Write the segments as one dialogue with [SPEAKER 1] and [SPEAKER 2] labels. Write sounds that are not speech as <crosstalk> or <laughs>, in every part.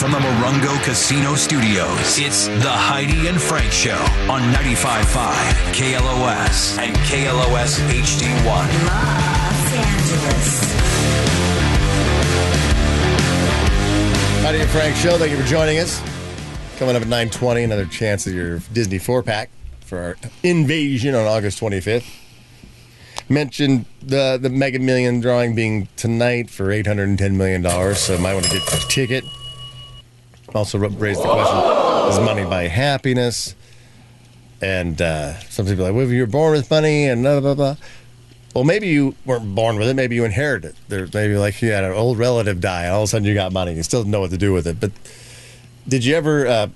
[SPEAKER 1] from the Morongo Casino Studios. It's the Heidi and Frank Show on 95.5 KLOS and KLOS HD1.
[SPEAKER 2] Los Angeles.
[SPEAKER 3] Howdy, and Frank Show. Thank you for joining us. Coming up at 920, another chance at your Disney four-pack for our invasion on August 25th. Mentioned the, the Mega Million drawing being tonight for $810 million, so might want to get your ticket. Also ra- raised the question, is money buy happiness? And uh, some people are like, well, you were born with money and blah, blah, blah. Well, maybe you weren't born with it. Maybe you inherited it. There's maybe like you had an old relative die, and all of a sudden you got money. You still didn't know what to do with it. But did you ever uh,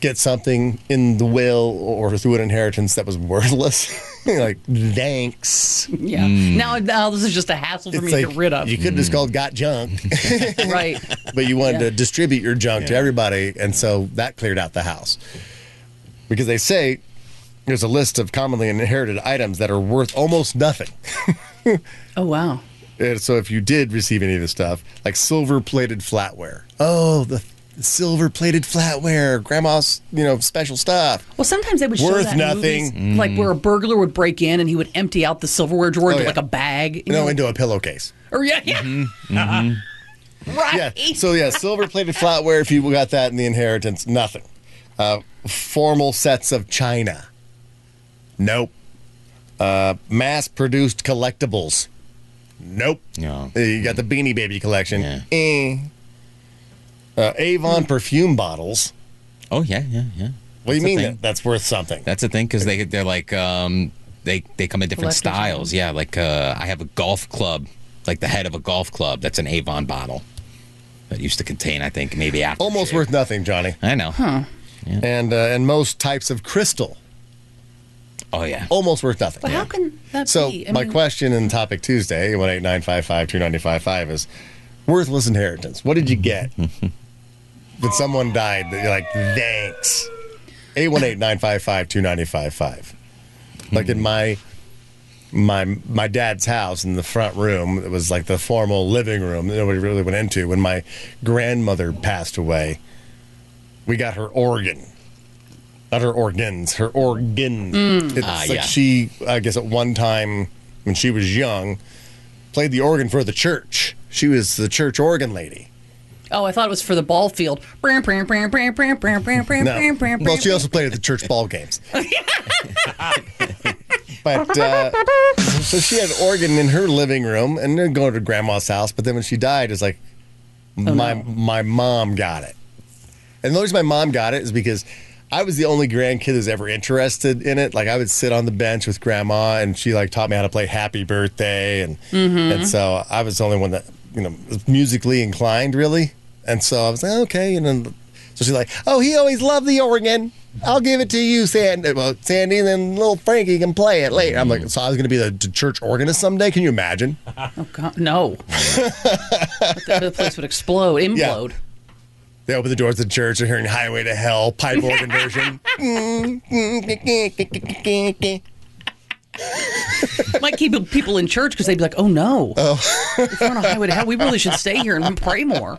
[SPEAKER 3] get something in the will or through an inheritance that was worthless? <laughs> like thanks.
[SPEAKER 4] Yeah. Now, now this is just a hassle for me to
[SPEAKER 3] Mm. like
[SPEAKER 4] get rid of.
[SPEAKER 3] you could have just called got junk, <laughs>
[SPEAKER 4] right.
[SPEAKER 3] but you wanted
[SPEAKER 4] Yeah.
[SPEAKER 3] to distribute your junk to
[SPEAKER 5] Yeah.
[SPEAKER 3] everybody, and so that cleared out the house. Because they say there's a list of commonly inherited items that are worth almost nothing.
[SPEAKER 4] Oh wow.
[SPEAKER 3] And so if you did receive any of this stuff, like silver plated flatware. Oh, the silver plated flatware, grandma's, you know, special stuff.
[SPEAKER 4] Well, sometimes they would show
[SPEAKER 3] Worth
[SPEAKER 4] that in
[SPEAKER 3] nothing. Mm.
[SPEAKER 4] movies, like where a burglar would break in and he would empty out the silverware drawer
[SPEAKER 3] Oh,
[SPEAKER 4] into
[SPEAKER 3] yeah.
[SPEAKER 4] like a bag. you
[SPEAKER 3] No, Mm-hmm.
[SPEAKER 4] know?
[SPEAKER 3] into a pillowcase.
[SPEAKER 4] or yeah, yeah. right.
[SPEAKER 3] Yeah. So yeah, silver plated flatware if you got that in the inheritance, nothing. Uh, formal sets of china. Nope. Uh, mass produced collectibles. Nope.
[SPEAKER 5] No.
[SPEAKER 3] Uh, You got the Beanie Baby collection.
[SPEAKER 5] Yeah.
[SPEAKER 3] Eh. Uh, Avon perfume bottles.
[SPEAKER 5] Oh yeah, yeah, yeah.
[SPEAKER 3] What do you
[SPEAKER 5] That's a
[SPEAKER 3] mean
[SPEAKER 5] thing.
[SPEAKER 3] that that's worth something?
[SPEAKER 5] That's the thing because they they're like um they they come in different
[SPEAKER 4] Collector's
[SPEAKER 5] styles. Yeah, like uh, I have a golf club, like the head of a golf club. That's an Avon bottle that used to contain, I think, maybe after
[SPEAKER 3] Almost worth nothing, Johnny.
[SPEAKER 5] I know.
[SPEAKER 3] And uh, and most types of crystal,
[SPEAKER 5] Oh yeah.
[SPEAKER 3] almost worth nothing.
[SPEAKER 4] But how can that
[SPEAKER 3] So
[SPEAKER 4] be?
[SPEAKER 3] my question in Topic Tuesday, one eight nine five five two ninety five five is worthless inheritance. What did you get when someone died that you're like, thanks? Eight one eight nine five five two ninety five five. Like in my my my dad's house in the front room, it was like the formal living room that nobody really went into. When my grandmother passed away, we got her organ. Not her organs, her organ. It's
[SPEAKER 5] Ah,
[SPEAKER 3] like
[SPEAKER 5] yeah.
[SPEAKER 3] she, I guess, at one time when she was young, played the organ for the church. She was the church organ lady.
[SPEAKER 4] Oh, I thought it was for the ball field. Bram, bram, bram, bram, bram, bram, bram, bram,
[SPEAKER 3] No.
[SPEAKER 4] bram, bram,
[SPEAKER 3] Well, she
[SPEAKER 4] bram.
[SPEAKER 3] also played at the church ball games. but uh, so she had an organ in her living room, and then going to grandma's house. But then when she died, it's like my my mom got it. And the reason my mom got it is because I was the only grandkid who's ever interested in it. Like I would sit on the bench with grandma, and she like taught me how to play Happy Birthday, and and so I was the only one that you know was musically inclined really. And so I was like, okay, and then so she's like, oh, he always loved the organ. I'll give it to you, Sandy. Well, Sandy, and then little Frankie can play it later. I'm like, so I was going to be the the church organist someday. Can you imagine?
[SPEAKER 4] Oh, God, no. the, the place would explode, implode.
[SPEAKER 3] They open the doors of the church. They're hearing "Highway to Hell" pipe organ version.
[SPEAKER 4] Might keep people in church because they'd be like, "Oh no, oh. if we're on a highway to hell, we really should stay here and
[SPEAKER 3] <laughs>
[SPEAKER 4] pray more."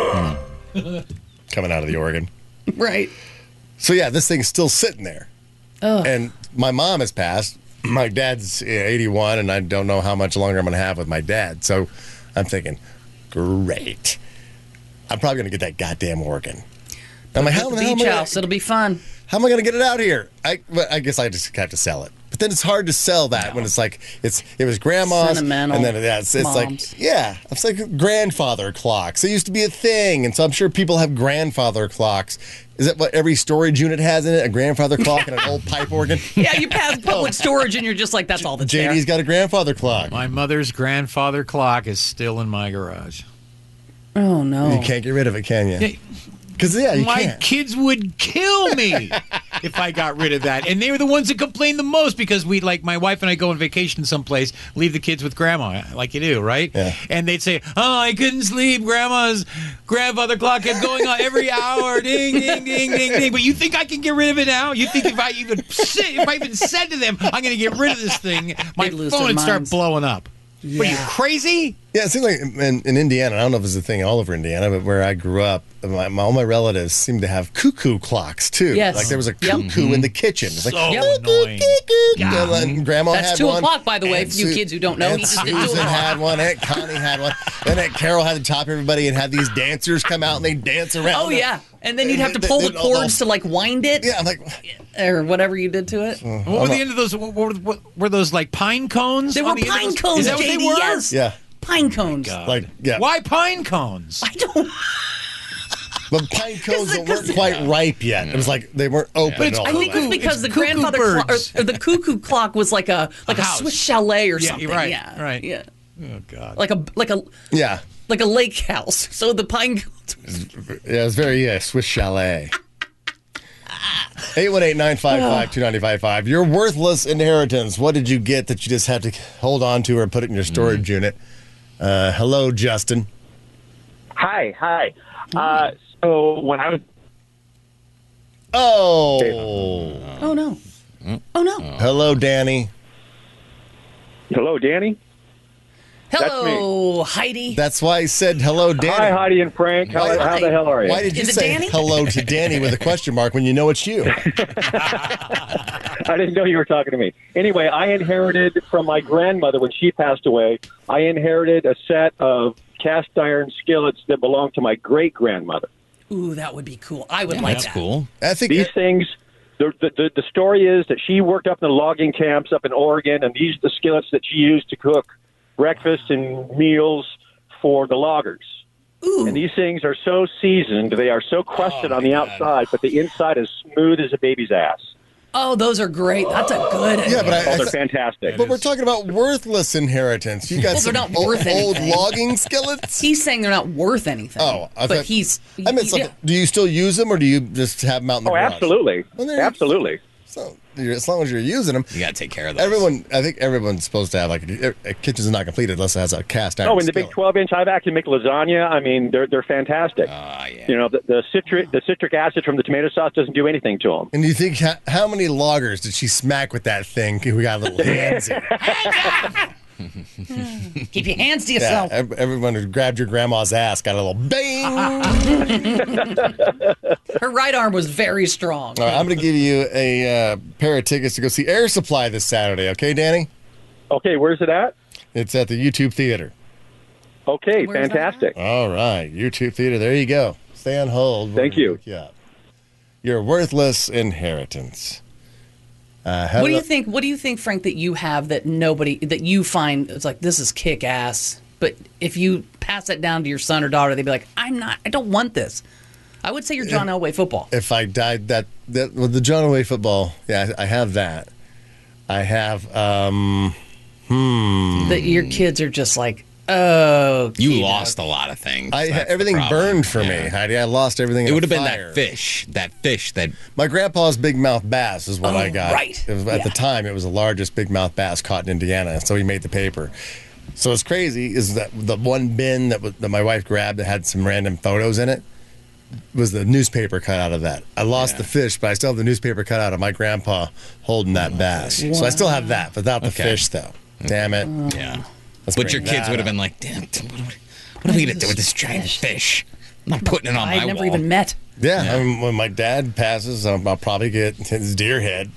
[SPEAKER 1] Hmm.
[SPEAKER 3] coming out of the organ.
[SPEAKER 4] Right.
[SPEAKER 3] So yeah, this thing's still sitting there. And my mom has passed. My dad's uh, 81, and I don't know how much longer I'm going to have with my dad. So I'm thinking, great. I'm probably going to get that goddamn organ. I'm like, how,
[SPEAKER 4] The
[SPEAKER 3] the hell am
[SPEAKER 4] beach
[SPEAKER 3] I gonna-
[SPEAKER 4] house. It'll be fun.
[SPEAKER 3] how am I going to get it out here? I, but I guess I just have to sell it. But then it's hard to sell that when it's like it's it was grandma's,
[SPEAKER 4] Sentimental
[SPEAKER 3] and then yeah, it's, it's like
[SPEAKER 4] moms.
[SPEAKER 3] yeah, it's like grandfather clocks. It used to be a thing, and so I'm sure people have grandfather clocks. Is that what every storage unit has in it? A grandfather clock and an old pipe organ.
[SPEAKER 4] <laughs> Yeah, you pass public storage and you're just like, that's all that's
[SPEAKER 3] JD's got a grandfather clock.
[SPEAKER 6] My mother's grandfather clock is still in my garage.
[SPEAKER 4] there. Oh no.
[SPEAKER 3] You can't get rid of it, can you? Because yeah, you
[SPEAKER 6] my
[SPEAKER 3] can't.
[SPEAKER 6] kids would
[SPEAKER 3] <laughs>
[SPEAKER 6] kill me if I got rid of that. And they were the ones that complained the most because we like my wife and I go on vacation someplace, leave the kids with grandma, like you do, right?
[SPEAKER 3] Yeah.
[SPEAKER 6] And they'd say, "Oh, I couldn't sleep. Grandma's grandfather clock kept going on every
[SPEAKER 3] <laughs>
[SPEAKER 6] hour, ding, ding, ding, ding, ding." But you think I can get rid of it now? You think if I even sit, if I even said to them, "I'm going to get rid of this thing," my
[SPEAKER 4] They'd lose
[SPEAKER 6] phone
[SPEAKER 4] their
[SPEAKER 6] would start
[SPEAKER 4] minds.
[SPEAKER 6] blowing up. What are you crazy?
[SPEAKER 3] Yeah, it seems like in, in Indiana, I don't know if it's a thing all over Indiana, but where I grew up, my, my, all my relatives seem to have cuckoo clocks too.
[SPEAKER 4] Yes.
[SPEAKER 3] Like there was a cuckoo in the kitchen. It's like,
[SPEAKER 6] Mm-hmm. So
[SPEAKER 4] Yep.
[SPEAKER 6] annoying.
[SPEAKER 3] cuckoo. You know, and grandma
[SPEAKER 4] Mm-hmm. That's
[SPEAKER 3] had
[SPEAKER 4] two
[SPEAKER 3] one.
[SPEAKER 4] o'clock, by the way,
[SPEAKER 3] And
[SPEAKER 4] for you kids who don't know.
[SPEAKER 3] and
[SPEAKER 4] He just did two
[SPEAKER 3] Susan
[SPEAKER 4] o'clock.
[SPEAKER 3] had one. Aunt Connie had one. Then Aunt Carol had to top everybody and had these dancers come out and they dance around.
[SPEAKER 4] Oh yeah, and then you'd have to
[SPEAKER 3] They-
[SPEAKER 4] pull
[SPEAKER 3] they-
[SPEAKER 4] the
[SPEAKER 3] they- all those-
[SPEAKER 4] cords to like wind it
[SPEAKER 3] Yeah, I'm like,
[SPEAKER 4] or whatever you did to it.
[SPEAKER 6] What were the end of those? What, what, what were those like pine cones?
[SPEAKER 4] They
[SPEAKER 6] on
[SPEAKER 4] were
[SPEAKER 6] the end of
[SPEAKER 4] pine
[SPEAKER 6] those-
[SPEAKER 4] cones,
[SPEAKER 6] Is that what they
[SPEAKER 4] JD,
[SPEAKER 6] were? Oh
[SPEAKER 4] Yes.
[SPEAKER 3] yeah,
[SPEAKER 4] Pine cones.
[SPEAKER 3] like yeah.
[SPEAKER 6] Why
[SPEAKER 4] <laughs>
[SPEAKER 6] pine cones?
[SPEAKER 4] I don't.
[SPEAKER 3] But pine cones
[SPEAKER 4] it-
[SPEAKER 3] weren't
[SPEAKER 4] 'cause it-
[SPEAKER 3] quite ripe yet. It was like they weren't open.
[SPEAKER 6] it's
[SPEAKER 3] all
[SPEAKER 4] I
[SPEAKER 3] the
[SPEAKER 4] think
[SPEAKER 3] way.
[SPEAKER 4] it's because
[SPEAKER 6] It's
[SPEAKER 4] the
[SPEAKER 6] cuckoo
[SPEAKER 4] grandfather clock,
[SPEAKER 6] birds.
[SPEAKER 4] or, or the cuckoo clock was like a like a,
[SPEAKER 6] house.
[SPEAKER 4] Swiss chalet or
[SPEAKER 6] Yeah,
[SPEAKER 4] something.
[SPEAKER 6] you're right,
[SPEAKER 4] Yeah,
[SPEAKER 6] right.
[SPEAKER 4] Yeah,
[SPEAKER 6] Oh God!
[SPEAKER 4] like a like a
[SPEAKER 3] yeah,
[SPEAKER 4] like a lake house. <laughs> So the pine cones.
[SPEAKER 3] yeah, it's very yeah, Swiss chalet. 818-955-2955. Your worthless inheritance. What did you get that you just had to hold on to or put it in your storage unit? Uh, hello, Justin.
[SPEAKER 7] Hi, hi. Uh, so when I was
[SPEAKER 3] Oh,
[SPEAKER 4] Oh no. Oh no.
[SPEAKER 3] hello, Danny.
[SPEAKER 7] hello, Danny.
[SPEAKER 4] Hello, Heidi.
[SPEAKER 3] That's why I said hello, Danny.
[SPEAKER 7] Hi, Heidi and Frank. How,
[SPEAKER 4] Why-
[SPEAKER 7] how the hell are you?
[SPEAKER 3] Why did you
[SPEAKER 4] Is it
[SPEAKER 3] say
[SPEAKER 4] Danny?
[SPEAKER 3] hello
[SPEAKER 4] <laughs>
[SPEAKER 3] to Danny with a question mark when you know it's you?
[SPEAKER 7] <laughs> I didn't know you were talking to me. Anyway, I inherited from my grandmother when she passed away. I inherited a set of cast iron skillets that belonged to my great grandmother.
[SPEAKER 4] Ooh, that would be cool. I would like
[SPEAKER 5] That's
[SPEAKER 4] that.
[SPEAKER 5] cool.
[SPEAKER 3] I think
[SPEAKER 7] These things. The, the, the, the story is that she worked up in the logging camps up in Oregon, and these are the skillets that she used to cook breakfast and meals for the loggers. And these things are so seasoned, they are so crusted
[SPEAKER 3] Oh,
[SPEAKER 7] on the outside, but the inside is smooth as a baby's ass.
[SPEAKER 4] Oh, those are great. That's a good.
[SPEAKER 3] Yeah, but I, I
[SPEAKER 7] Oh, they're
[SPEAKER 3] th-
[SPEAKER 7] fantastic.
[SPEAKER 3] But we're talking about worthless inheritance. You got
[SPEAKER 4] Well,
[SPEAKER 3] some
[SPEAKER 4] they're not
[SPEAKER 3] old,
[SPEAKER 4] worth
[SPEAKER 3] old
[SPEAKER 4] anything.
[SPEAKER 3] logging
[SPEAKER 4] <laughs>
[SPEAKER 3] skillets.
[SPEAKER 4] he's saying they're not worth anything.
[SPEAKER 3] Oh, I
[SPEAKER 4] but
[SPEAKER 3] thought-
[SPEAKER 4] he's.
[SPEAKER 3] I meant
[SPEAKER 4] he-
[SPEAKER 3] something. Do you still use them, or do you just have them out in the
[SPEAKER 7] Oh,
[SPEAKER 3] garage?
[SPEAKER 7] absolutely.
[SPEAKER 3] Well, there you-
[SPEAKER 7] Absolutely.
[SPEAKER 3] So you're, as long as you're using them,
[SPEAKER 5] You gotta take care of those.
[SPEAKER 3] everyone. I think everyone's supposed to have like a, a kitchen's not completed unless it has a cast iron.
[SPEAKER 7] Oh, in the big
[SPEAKER 3] skillet.
[SPEAKER 7] 12 inch, I've actually make lasagna. I mean, they're, they're fantastic.
[SPEAKER 5] Ah, yeah.
[SPEAKER 7] You know, the, the, citric, the citric acid from the tomato sauce doesn't do anything to them.
[SPEAKER 3] And you think how, how many loggers did she smack with that thing? We got
[SPEAKER 4] <laughs>
[SPEAKER 3] little hands. in.
[SPEAKER 4] Keep your hands to
[SPEAKER 3] Yeah,
[SPEAKER 4] yourself.
[SPEAKER 3] ev- everyone who grabbed your grandma's ass got a little
[SPEAKER 4] <laughs>
[SPEAKER 3] bang. All
[SPEAKER 4] Her right arm was very strong.
[SPEAKER 3] right, I'm going to give you a uh, pair of tickets to go see Air Supply this Saturday. Okay, Danny?
[SPEAKER 7] Okay, where's it at?
[SPEAKER 3] It's at the YouTube Theater.
[SPEAKER 7] Okay,
[SPEAKER 4] Where's that
[SPEAKER 7] fantastic.
[SPEAKER 3] All right, YouTube Theater. There you go. Stay on hold.
[SPEAKER 7] Thank you.
[SPEAKER 3] Yeah, your worthless inheritance. Uh,
[SPEAKER 4] What do
[SPEAKER 3] hello-
[SPEAKER 4] you think? What do you think, Frank? That you have that nobody that you find it's like this is kick ass. But if you pass that down to your son or daughter, they'd be like, "I'm not. I don't want this." I would say you're John Elway football.
[SPEAKER 3] If I died, that that with the John Away football. Yeah, I, I have that. I have. um Mm.
[SPEAKER 4] That your kids are just like, "Oh,
[SPEAKER 5] You lost a lot of things.
[SPEAKER 3] I
[SPEAKER 5] That's the
[SPEAKER 3] everything
[SPEAKER 5] problem.
[SPEAKER 3] burned for me,
[SPEAKER 5] Yeah.
[SPEAKER 3] Heidi. I lost everything.
[SPEAKER 5] It
[SPEAKER 3] in a
[SPEAKER 5] would have been
[SPEAKER 3] fire.
[SPEAKER 5] that fish. That fish that
[SPEAKER 3] My grandpa's big mouth bass is what I
[SPEAKER 4] Oh,
[SPEAKER 3] got.
[SPEAKER 4] right.
[SPEAKER 3] It was, at the
[SPEAKER 4] Yeah.
[SPEAKER 3] time, it was the largest big mouth bass caught in Indiana, so he made the paper. So what's crazy is that the one bin that, was, that my wife grabbed that had some random photos in it was the newspaper cut out of that. I lost the fish, but I still have the newspaper cut out of my grandpa holding that bass. So I still have that without the
[SPEAKER 5] Okay.
[SPEAKER 3] fish, though. Damn it.
[SPEAKER 5] Yeah.
[SPEAKER 3] Let's
[SPEAKER 5] but your
[SPEAKER 3] bring
[SPEAKER 5] kids
[SPEAKER 3] that
[SPEAKER 5] would have
[SPEAKER 3] up.
[SPEAKER 5] been like, damn, t- what, what, what are we going to do with this giant fish? I'm not putting it on
[SPEAKER 4] I
[SPEAKER 5] my
[SPEAKER 4] had never
[SPEAKER 5] wall.
[SPEAKER 4] even met."
[SPEAKER 3] Yeah, I mean, when my dad passes, um, I'll probably get his deer head.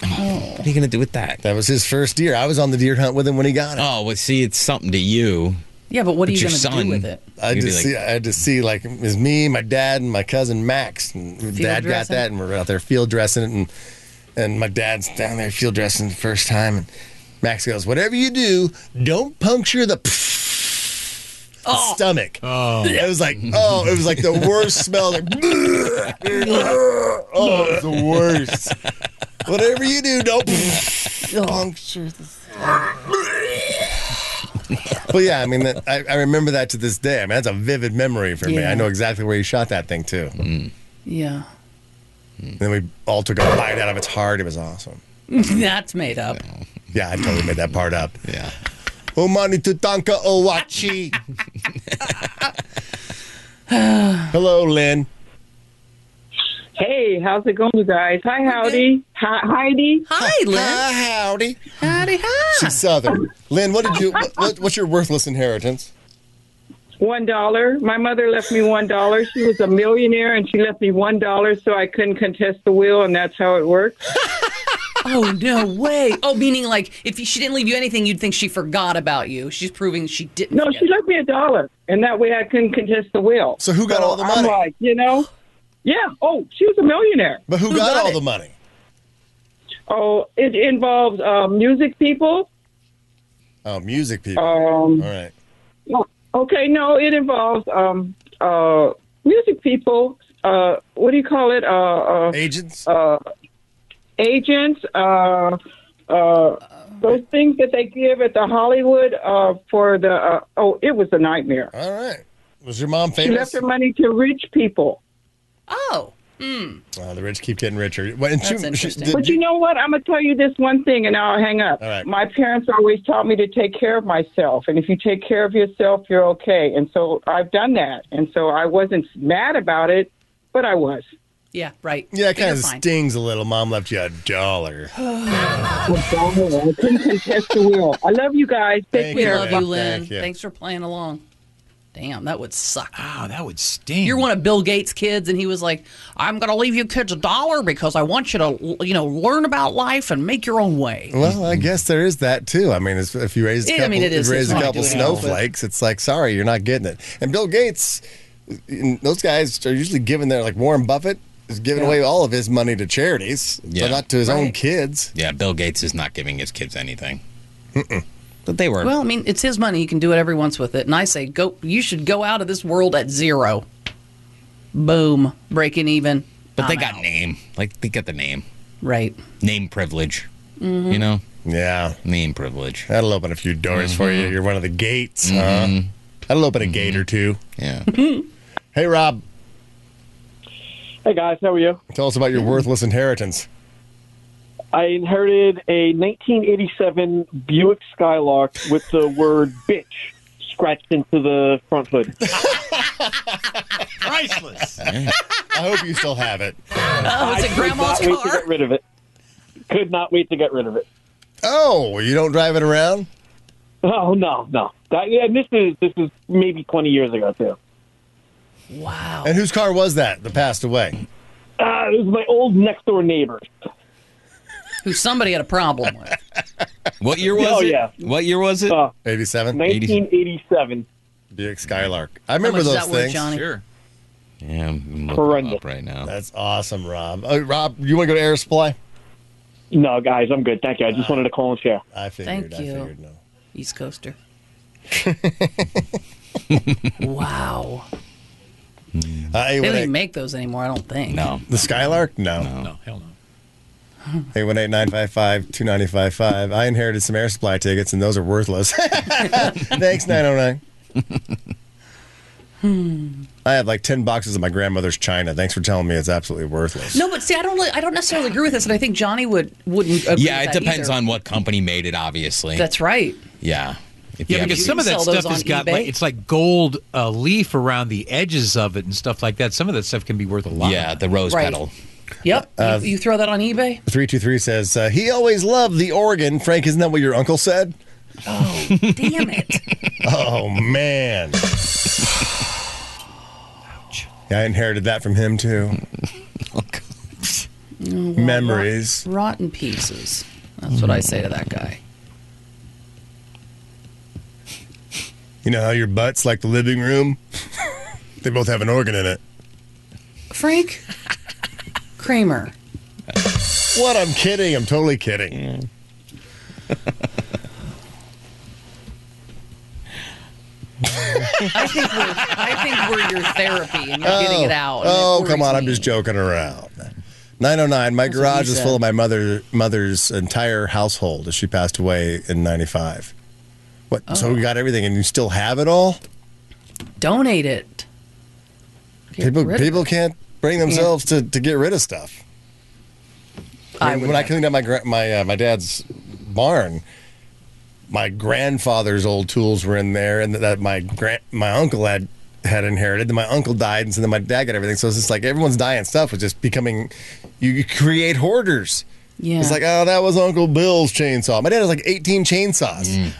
[SPEAKER 5] What are you going to do with that?
[SPEAKER 3] That was his first deer. I was on the deer hunt with him when he got it.
[SPEAKER 5] Oh, well, see, it's something to you.
[SPEAKER 4] Yeah, but what
[SPEAKER 5] But
[SPEAKER 4] are you
[SPEAKER 5] your
[SPEAKER 4] going to
[SPEAKER 5] son-
[SPEAKER 4] do with it?
[SPEAKER 3] I
[SPEAKER 5] You'd be
[SPEAKER 3] just
[SPEAKER 5] like-
[SPEAKER 3] see, I had to see like it was me, my dad, and my cousin Max. And dad got
[SPEAKER 4] dressing?
[SPEAKER 3] that, and we're out there field dressing it, and and my dad's down there field dressing the first time, and Max goes, "Whatever you do, don't puncture the." Stomach. Oh, it was like oh, it was like the worst smell. Like, <laughs> oh, it was the worst. Whatever you do, don't
[SPEAKER 4] Oh,
[SPEAKER 3] puncture the but yeah, I mean, that, I, I remember that to this day. I mean, that's a vivid memory for me.
[SPEAKER 4] Yeah.
[SPEAKER 3] I know exactly where he shot that thing too.
[SPEAKER 4] Yeah, <laughs>
[SPEAKER 3] And then we all took a bite out of its heart. It was awesome.
[SPEAKER 4] that's made up.
[SPEAKER 3] Yeah, I totally made that part up. Oh,
[SPEAKER 5] Yeah.
[SPEAKER 3] Umani Tutanka Owachi. Hello, Lynn.
[SPEAKER 8] Hey, how's it going, you guys? Hi, Howdy. Hi, Heidi.
[SPEAKER 4] Hi, Lynn.
[SPEAKER 3] Ah, howdy.
[SPEAKER 4] Howdy, hi.
[SPEAKER 3] She's Southern. Lynn, what did you? What, what, what's your worthless inheritance?
[SPEAKER 8] One dollar. My mother left me one dollar. She was a millionaire, and she left me one dollar, so I couldn't contest the will, and that's how it works.
[SPEAKER 4] Oh no way. Oh, meaning like if she didn't leave you anything, you'd think she forgot about you. She's proving she didn't.
[SPEAKER 8] No,
[SPEAKER 4] forget.
[SPEAKER 8] she left me a dollar, and that way I couldn't contest the will.
[SPEAKER 3] So who got all the
[SPEAKER 8] I'm
[SPEAKER 3] money?
[SPEAKER 8] like, you know, yeah. Oh, she was a millionaire.
[SPEAKER 3] But who, got,
[SPEAKER 4] got
[SPEAKER 3] all
[SPEAKER 4] it?
[SPEAKER 3] the money?
[SPEAKER 8] Oh, it involves uh, music people.
[SPEAKER 3] Oh, music people.
[SPEAKER 4] Uh,
[SPEAKER 8] Um, oh,
[SPEAKER 3] all right.
[SPEAKER 8] Okay, no, it involves um, uh, music people. Uh, what do you call it? Uh, uh,
[SPEAKER 3] Agents.
[SPEAKER 8] agents. Uh, uh, those things that they give at the Hollywood uh, for the uh, oh, it was a nightmare.
[SPEAKER 3] all right. Was your mom
[SPEAKER 8] She
[SPEAKER 3] famous?
[SPEAKER 8] left her money to rich people.
[SPEAKER 4] Oh.
[SPEAKER 3] Oh, the rich keep getting richer. Well, and
[SPEAKER 4] That's interesting.
[SPEAKER 3] did
[SPEAKER 8] But you know what? I'm gonna tell you this one thing, and I'll hang up.
[SPEAKER 3] All right.
[SPEAKER 8] My parents always taught me to take care of myself, and if you take care of yourself, you're okay. And so I've done that, and so I wasn't mad about it, but I was.
[SPEAKER 4] Yeah, right.
[SPEAKER 3] yeah, it
[SPEAKER 4] But you're
[SPEAKER 3] kind of
[SPEAKER 4] fine.
[SPEAKER 3] stings a little. Mom left you a dollar.
[SPEAKER 8] I couldn't contest the will. I love you guys. Take
[SPEAKER 3] Thank
[SPEAKER 4] We
[SPEAKER 3] you,
[SPEAKER 4] love you,
[SPEAKER 3] Lynn.
[SPEAKER 4] Lynn.
[SPEAKER 3] Thank you.
[SPEAKER 4] Thanks for playing along. Damn, that would suck.
[SPEAKER 6] Wow, that would sting.
[SPEAKER 4] You're one of Bill Gates' kids, and he was like, "I'm gonna leave you kids a dollar because I want you to, you know, learn about life and make your own way."
[SPEAKER 3] Well, I guess there is that too. I mean, it's, if you raise a
[SPEAKER 4] Yeah, I
[SPEAKER 3] couple,
[SPEAKER 4] mean, it is
[SPEAKER 3] if you raise
[SPEAKER 4] his
[SPEAKER 3] a
[SPEAKER 4] money
[SPEAKER 3] couple
[SPEAKER 4] doing it all, but-
[SPEAKER 3] snowflakes, it's like, sorry, you're not getting it. And Bill Gates, and those guys are usually giving their like Warren Buffett is giving away all of his money to charities,
[SPEAKER 5] Yeah.
[SPEAKER 3] but not to his own
[SPEAKER 4] Right.
[SPEAKER 3] kids.
[SPEAKER 5] Yeah, Bill Gates is not giving his kids anything. But they were.
[SPEAKER 4] Well, I mean, it's his money. He can do whatever he wants with it. And I say, go. You should go out of this world at zero. Boom, breaking even.
[SPEAKER 5] but they
[SPEAKER 4] I'm
[SPEAKER 5] got
[SPEAKER 4] out.
[SPEAKER 5] name. Like they got the name.
[SPEAKER 4] right.
[SPEAKER 5] Name privilege.
[SPEAKER 4] Mm-hmm.
[SPEAKER 5] You know,
[SPEAKER 3] Yeah,
[SPEAKER 5] name privilege.
[SPEAKER 3] that'll open a few doors for you.
[SPEAKER 4] Mm-hmm.
[SPEAKER 3] You're one of the gates, huh? That'll open a gate or two.
[SPEAKER 4] <laughs>
[SPEAKER 5] Yeah.
[SPEAKER 3] Hey, Rob,
[SPEAKER 9] Hey guys, how are you?
[SPEAKER 3] tell us about your worthless inheritance.
[SPEAKER 9] I inherited a 1987 Buick Skylark with the word "bitch" scratched into the front hood.
[SPEAKER 6] priceless.
[SPEAKER 3] I hope you still have
[SPEAKER 4] <laughs>
[SPEAKER 3] it.
[SPEAKER 4] Oh,
[SPEAKER 9] I
[SPEAKER 4] it's at
[SPEAKER 9] could
[SPEAKER 4] grandma's
[SPEAKER 9] not wait to
[SPEAKER 4] car.
[SPEAKER 9] get rid of it. Could not wait to get rid of it.
[SPEAKER 3] Oh, you don't drive it around?
[SPEAKER 9] Oh no, no. That, and this is this is maybe 20 years ago too.
[SPEAKER 4] Wow.
[SPEAKER 3] And whose car was that that passed away?
[SPEAKER 9] Uh, it was my old next door neighbor.
[SPEAKER 4] Who somebody had a problem with?
[SPEAKER 5] What year was
[SPEAKER 9] Oh,
[SPEAKER 5] it?
[SPEAKER 9] yeah.
[SPEAKER 5] What year was it?
[SPEAKER 9] Uh,
[SPEAKER 3] 87?
[SPEAKER 9] 1987.
[SPEAKER 3] Buick Skylark. I <laughs> remember
[SPEAKER 4] much is
[SPEAKER 3] those
[SPEAKER 4] that worth,
[SPEAKER 3] things.
[SPEAKER 4] Johnny?
[SPEAKER 6] Sure.
[SPEAKER 5] yeah, I'm looking
[SPEAKER 9] horrendous.
[SPEAKER 5] up right now.
[SPEAKER 3] That's awesome, Rob. Uh, Rob, you want to go to Air Supply?
[SPEAKER 9] No, guys, I'm good. Thank you. I just wanted to call and share.
[SPEAKER 3] I figured.
[SPEAKER 4] Thank you.
[SPEAKER 3] I figured no. Uh, <laughs>
[SPEAKER 4] East Coaster. wow.
[SPEAKER 3] Uh,
[SPEAKER 4] They don't
[SPEAKER 3] 818
[SPEAKER 4] even make those anymore, I don't think.
[SPEAKER 5] no.
[SPEAKER 3] the Skylark? No.
[SPEAKER 6] No, hell no.
[SPEAKER 3] Eight one eight nine five five two ninety five five. I inherited some Air Supply tickets, and those are worthless. <laughs> Thanks,
[SPEAKER 4] <laughs>
[SPEAKER 3] 909.
[SPEAKER 4] Hmm.
[SPEAKER 3] I have like 10 boxes of my grandmother's china. Thanks for telling me it's absolutely worthless.
[SPEAKER 4] No, but see, I don't. li- I don't necessarily agree with this, and I think Johnny would wouldn't. Agree
[SPEAKER 5] Yeah,
[SPEAKER 4] with
[SPEAKER 5] it
[SPEAKER 4] that
[SPEAKER 5] depends
[SPEAKER 4] either.
[SPEAKER 5] on what company made it, obviously.
[SPEAKER 4] That's right.
[SPEAKER 5] yeah. If
[SPEAKER 6] Yeah,
[SPEAKER 5] you have-
[SPEAKER 6] because
[SPEAKER 4] you
[SPEAKER 6] some
[SPEAKER 4] can
[SPEAKER 6] of that
[SPEAKER 4] sell those
[SPEAKER 6] stuff has
[SPEAKER 4] on
[SPEAKER 6] got
[SPEAKER 4] eBay.
[SPEAKER 6] like it's like gold uh, leaf around the edges of it and stuff like that. Some of that stuff can be worth a lot.
[SPEAKER 5] yeah, the rose
[SPEAKER 4] Right.
[SPEAKER 5] petal.
[SPEAKER 4] Yep.
[SPEAKER 3] Uh,
[SPEAKER 4] you, you throw that
[SPEAKER 3] <laughs>
[SPEAKER 4] on eBay.
[SPEAKER 3] 323 says, uh, he always loved the organ. Frank, isn't that what your uncle said?
[SPEAKER 4] Damn it.
[SPEAKER 3] Oh man. Yeah, I inherited that from him too.
[SPEAKER 4] <laughs> Oh,
[SPEAKER 3] Memories.
[SPEAKER 4] Rotten pieces. That's what I say to that guy.
[SPEAKER 3] You know how your butt's like the living room? they both have an organ in it.
[SPEAKER 4] Frank Kramer.
[SPEAKER 3] What? I'm kidding. I'm totally kidding.
[SPEAKER 4] I think we're, I think we're your therapy, and you're getting it out. and it
[SPEAKER 3] Oh, come
[SPEAKER 4] worries
[SPEAKER 3] on. I'm
[SPEAKER 4] me.
[SPEAKER 3] just joking around. 909. My
[SPEAKER 4] That's what
[SPEAKER 3] garage
[SPEAKER 4] he
[SPEAKER 3] is
[SPEAKER 4] said.
[SPEAKER 3] full of my mother mother's entire household as she passed away in 95. What? So
[SPEAKER 4] Oh.
[SPEAKER 3] we got everything and you still have it all?
[SPEAKER 4] Donate it. Get
[SPEAKER 3] People
[SPEAKER 4] rid of
[SPEAKER 3] people can't bring themselves to, to get rid of stuff.
[SPEAKER 4] it.
[SPEAKER 3] I
[SPEAKER 4] I
[SPEAKER 3] mean,
[SPEAKER 4] would
[SPEAKER 3] when I
[SPEAKER 4] never.
[SPEAKER 3] cleaned out my gra- my uh, my dad's barn, my grandfather's old tools were in there, and that my grand my uncle had had inherited. Then my uncle died, and so then my dad got everything. So it's just like everyone's dying stuff was just becoming. You you create hoarders.
[SPEAKER 4] Yeah.
[SPEAKER 3] It's like, oh, that was Uncle Bill's chainsaw. My dad has like 18 chainsaws.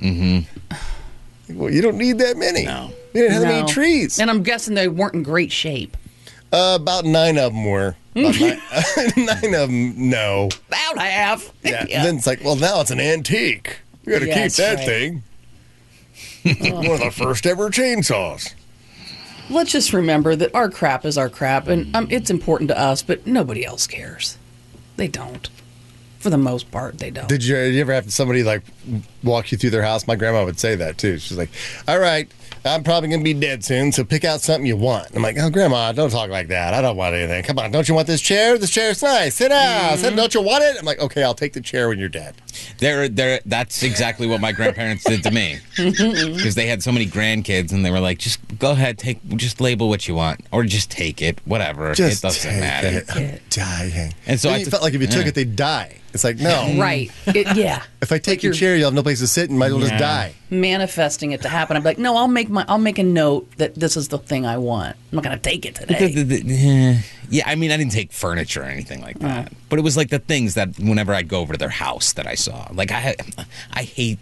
[SPEAKER 3] Mm-hmm. Well, you don't need that many.
[SPEAKER 5] No.
[SPEAKER 3] You didn't have that many
[SPEAKER 4] No.
[SPEAKER 3] trees.
[SPEAKER 4] And I'm guessing they weren't in great shape.
[SPEAKER 3] Uh, about nine of them were. About nine, <laughs> nine of them, no.
[SPEAKER 4] About <laughs> half.
[SPEAKER 3] Yeah. Then it's like, well, now it's an antique. You got to
[SPEAKER 4] Yeah,
[SPEAKER 3] keep
[SPEAKER 4] that's
[SPEAKER 3] that
[SPEAKER 4] right. <laughs>
[SPEAKER 3] thing. One of the first ever chainsaws.
[SPEAKER 4] Let's just remember that our crap is our crap, and um, it's important to us, but nobody else cares. They don't. For the most part, they don't.
[SPEAKER 3] Did you, did you ever have somebody like walk you through their house? My grandma would say that too. She's like, "All right, I'm probably gonna be dead soon, so pick out something you want." I'm like, "Oh, grandma, don't talk like that. I don't want anything. Come on, don't you want this chair? This chair's nice. Sit down. Sit, don't you want it?" I'm like, "Okay, I'll take the chair when you're dead."
[SPEAKER 5] They're, they're, that's exactly what my grandparents did to me because they had so many grandkids and they were like, just go ahead, take, just label what you want or just take it, whatever. it doesn't
[SPEAKER 3] take
[SPEAKER 5] matter.
[SPEAKER 3] it. I'm dying.
[SPEAKER 5] And so
[SPEAKER 3] Then
[SPEAKER 5] I
[SPEAKER 3] you
[SPEAKER 5] took-
[SPEAKER 3] felt like if you took
[SPEAKER 5] yeah.
[SPEAKER 3] it, they'd die. It's like no,
[SPEAKER 4] right. It,
[SPEAKER 5] <laughs>
[SPEAKER 4] yeah.
[SPEAKER 3] If I take
[SPEAKER 4] Like
[SPEAKER 3] your
[SPEAKER 4] you're-
[SPEAKER 3] chair, you'll have no place to sit, and might as well just
[SPEAKER 5] Yeah.
[SPEAKER 3] die.
[SPEAKER 4] Manifesting it to happen. I'm like, no, I'll make my I'll make a note that this is the thing I want. I'm not gonna take it
[SPEAKER 5] The- the-
[SPEAKER 4] today.
[SPEAKER 5] the- eh. yeah, I mean, I didn't take furniture or anything like that, but it was like the things that whenever I'd go over to their house that I saw. Like I, I hate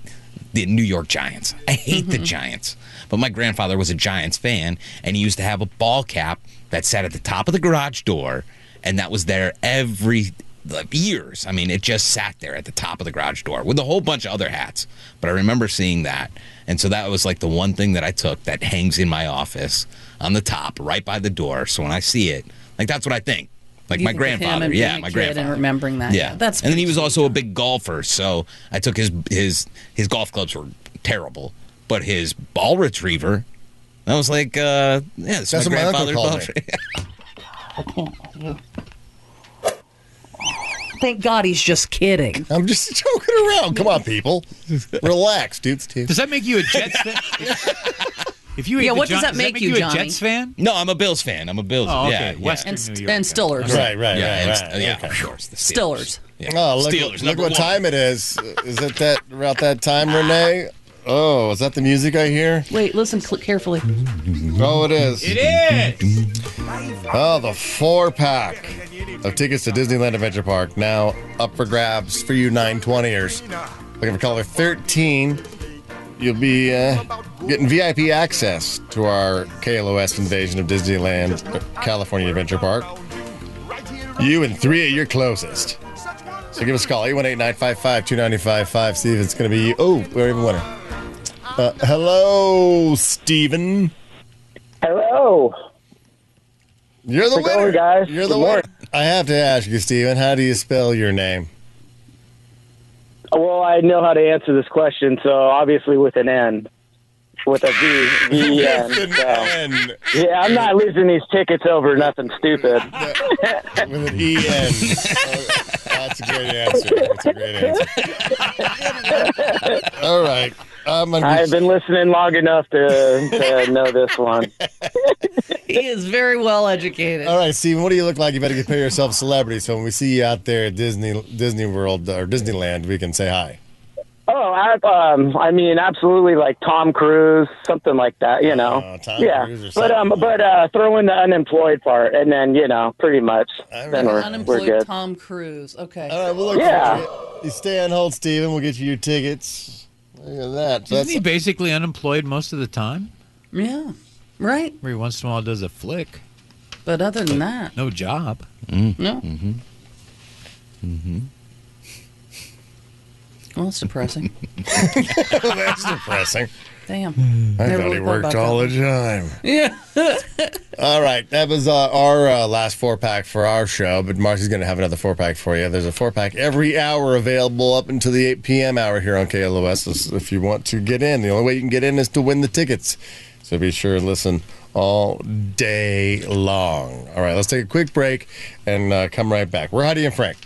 [SPEAKER 5] the New York Giants. I hate the Giants. But my grandfather was a Giants fan, and he used to have a ball cap that sat at the top of the garage door, and that was there every like, years. I mean, it just sat there at the top of the garage door with a whole bunch of other hats. But I remember seeing that. And so that was like the one thing that I took that hangs in my office on the top, right by the door. So when I see it, like that's what I think. Like
[SPEAKER 4] You
[SPEAKER 5] my
[SPEAKER 4] think of him
[SPEAKER 5] grandfather,
[SPEAKER 4] and being
[SPEAKER 5] yeah,
[SPEAKER 4] a
[SPEAKER 5] my
[SPEAKER 4] kid and
[SPEAKER 5] grandfather.
[SPEAKER 4] remembering that.
[SPEAKER 5] yeah,
[SPEAKER 4] Yeah, that's
[SPEAKER 5] and then he was also a big golfer, so I took his his his golf clubs were terrible, but his ball retriever, that was like uh, yeah, that's,
[SPEAKER 3] That's
[SPEAKER 5] my
[SPEAKER 3] what my uncle
[SPEAKER 5] grandfather's ball.
[SPEAKER 3] called me.
[SPEAKER 5] retriever. <laughs>
[SPEAKER 4] Thank God he's just kidding.
[SPEAKER 3] I'm just <laughs> joking around. Come on,
[SPEAKER 5] <laughs>
[SPEAKER 3] people, relax, dudes. Too.
[SPEAKER 6] Does that make you a Jets
[SPEAKER 4] <laughs>
[SPEAKER 6] fan? if you ate
[SPEAKER 4] Yeah,
[SPEAKER 6] the
[SPEAKER 4] what does
[SPEAKER 6] Gi-
[SPEAKER 4] that
[SPEAKER 6] that
[SPEAKER 4] make
[SPEAKER 6] make
[SPEAKER 4] you,
[SPEAKER 6] a
[SPEAKER 4] Johnny?
[SPEAKER 6] Jets fan?
[SPEAKER 5] no, I'm a Bills fan. I'm a Bills.
[SPEAKER 6] Oh,
[SPEAKER 5] yeah,
[SPEAKER 6] okay.
[SPEAKER 5] yeah.
[SPEAKER 6] Western
[SPEAKER 4] And
[SPEAKER 6] New
[SPEAKER 4] st-
[SPEAKER 6] York.
[SPEAKER 4] and Stillers.
[SPEAKER 3] Right, right,
[SPEAKER 5] yeah,
[SPEAKER 3] right,
[SPEAKER 5] and-
[SPEAKER 3] right.
[SPEAKER 5] yeah,
[SPEAKER 3] Okay.
[SPEAKER 5] of course, the
[SPEAKER 4] Stillers.
[SPEAKER 5] Steelers. Yeah.
[SPEAKER 3] Oh, look,
[SPEAKER 5] Steelers.
[SPEAKER 3] look
[SPEAKER 5] number
[SPEAKER 3] what
[SPEAKER 5] one.
[SPEAKER 3] time it is. Is it that about that time,
[SPEAKER 5] Ah.
[SPEAKER 3] Renee? Oh, is that the music I hear?
[SPEAKER 4] Wait, listen cl- carefully.
[SPEAKER 3] Oh, it is.
[SPEAKER 6] It is.
[SPEAKER 3] Oh, the four pack of tickets to Disneyland Adventure Park now up for grabs for you 920ers. Looking for caller 13. You'll be uh, getting VIP access to our KLOS invasion of Disneyland, uh, California Adventure Park. You and three of your closest. So give us a call, 818 955 2955. See if it's going to be you. Oh, we already have a winner. Uh, hello, Steven.
[SPEAKER 9] Hello.
[SPEAKER 3] You're the
[SPEAKER 9] How's it
[SPEAKER 3] winner,
[SPEAKER 9] going, guys?
[SPEAKER 3] You're the
[SPEAKER 9] Good
[SPEAKER 3] winner.
[SPEAKER 9] morning.
[SPEAKER 3] I have to ask you, Steven, how do you spell your name?
[SPEAKER 9] Well, I know how to answer this question, so obviously with an N, with a V,
[SPEAKER 5] <laughs>
[SPEAKER 9] V N. So.
[SPEAKER 3] N
[SPEAKER 9] Yeah, I'm not losing these tickets over nothing stupid.
[SPEAKER 3] with an E
[SPEAKER 9] <laughs>
[SPEAKER 3] N. That's a great answer. That's a great answer.
[SPEAKER 9] <laughs>
[SPEAKER 3] All right, I'm gonna.
[SPEAKER 9] I've been listening long enough to, to know this one.
[SPEAKER 4] He is very well educated.
[SPEAKER 3] All right, Steven, what do you look like? You better compare yourself to celebrity. So when we see you out there at Disney Disney World uh, or Disneyland, we can say hi.
[SPEAKER 9] Oh, I, um, I mean, absolutely, like Tom Cruise, something like that, you know.
[SPEAKER 3] Oh, Tom
[SPEAKER 9] yeah,
[SPEAKER 3] Cruise or
[SPEAKER 9] but um,
[SPEAKER 3] something.
[SPEAKER 9] but uh, throw in the unemployed part, and then you know, pretty much,
[SPEAKER 3] All right.
[SPEAKER 9] then we're, we're
[SPEAKER 4] Unemployed
[SPEAKER 9] good.
[SPEAKER 4] Tom Cruise. Okay.
[SPEAKER 3] All right, we'll look
[SPEAKER 9] Yeah.
[SPEAKER 3] for you. You stay on hold, Steven. We'll get you your tickets. Look at that.
[SPEAKER 6] Isn't
[SPEAKER 3] That's
[SPEAKER 6] he basically unemployed most of the time?
[SPEAKER 4] yeah. Right.
[SPEAKER 6] Every once in a while does a flick.
[SPEAKER 4] But other than that,
[SPEAKER 6] No job.
[SPEAKER 4] no. Mm-hmm. Mm-hmm. Well, it's depressing.
[SPEAKER 3] <laughs> that's depressing.
[SPEAKER 4] Damn.
[SPEAKER 3] <laughs> I
[SPEAKER 4] Never
[SPEAKER 3] thought
[SPEAKER 4] really
[SPEAKER 3] he
[SPEAKER 4] thought
[SPEAKER 3] worked
[SPEAKER 4] about
[SPEAKER 3] all
[SPEAKER 4] that.
[SPEAKER 3] the time.
[SPEAKER 4] Yeah.
[SPEAKER 3] <laughs> All right, that was uh, our uh, last four pack for our show, but Marcy's going to have another four pack for you. There's a four pack every hour available up until the 8 p.m. hour here on KLOS. If you want to get in, the only way you can get in is to win the tickets. So be sure to listen all day long. All right, let's take a quick break and uh, come right back. We're Heidi and Frank.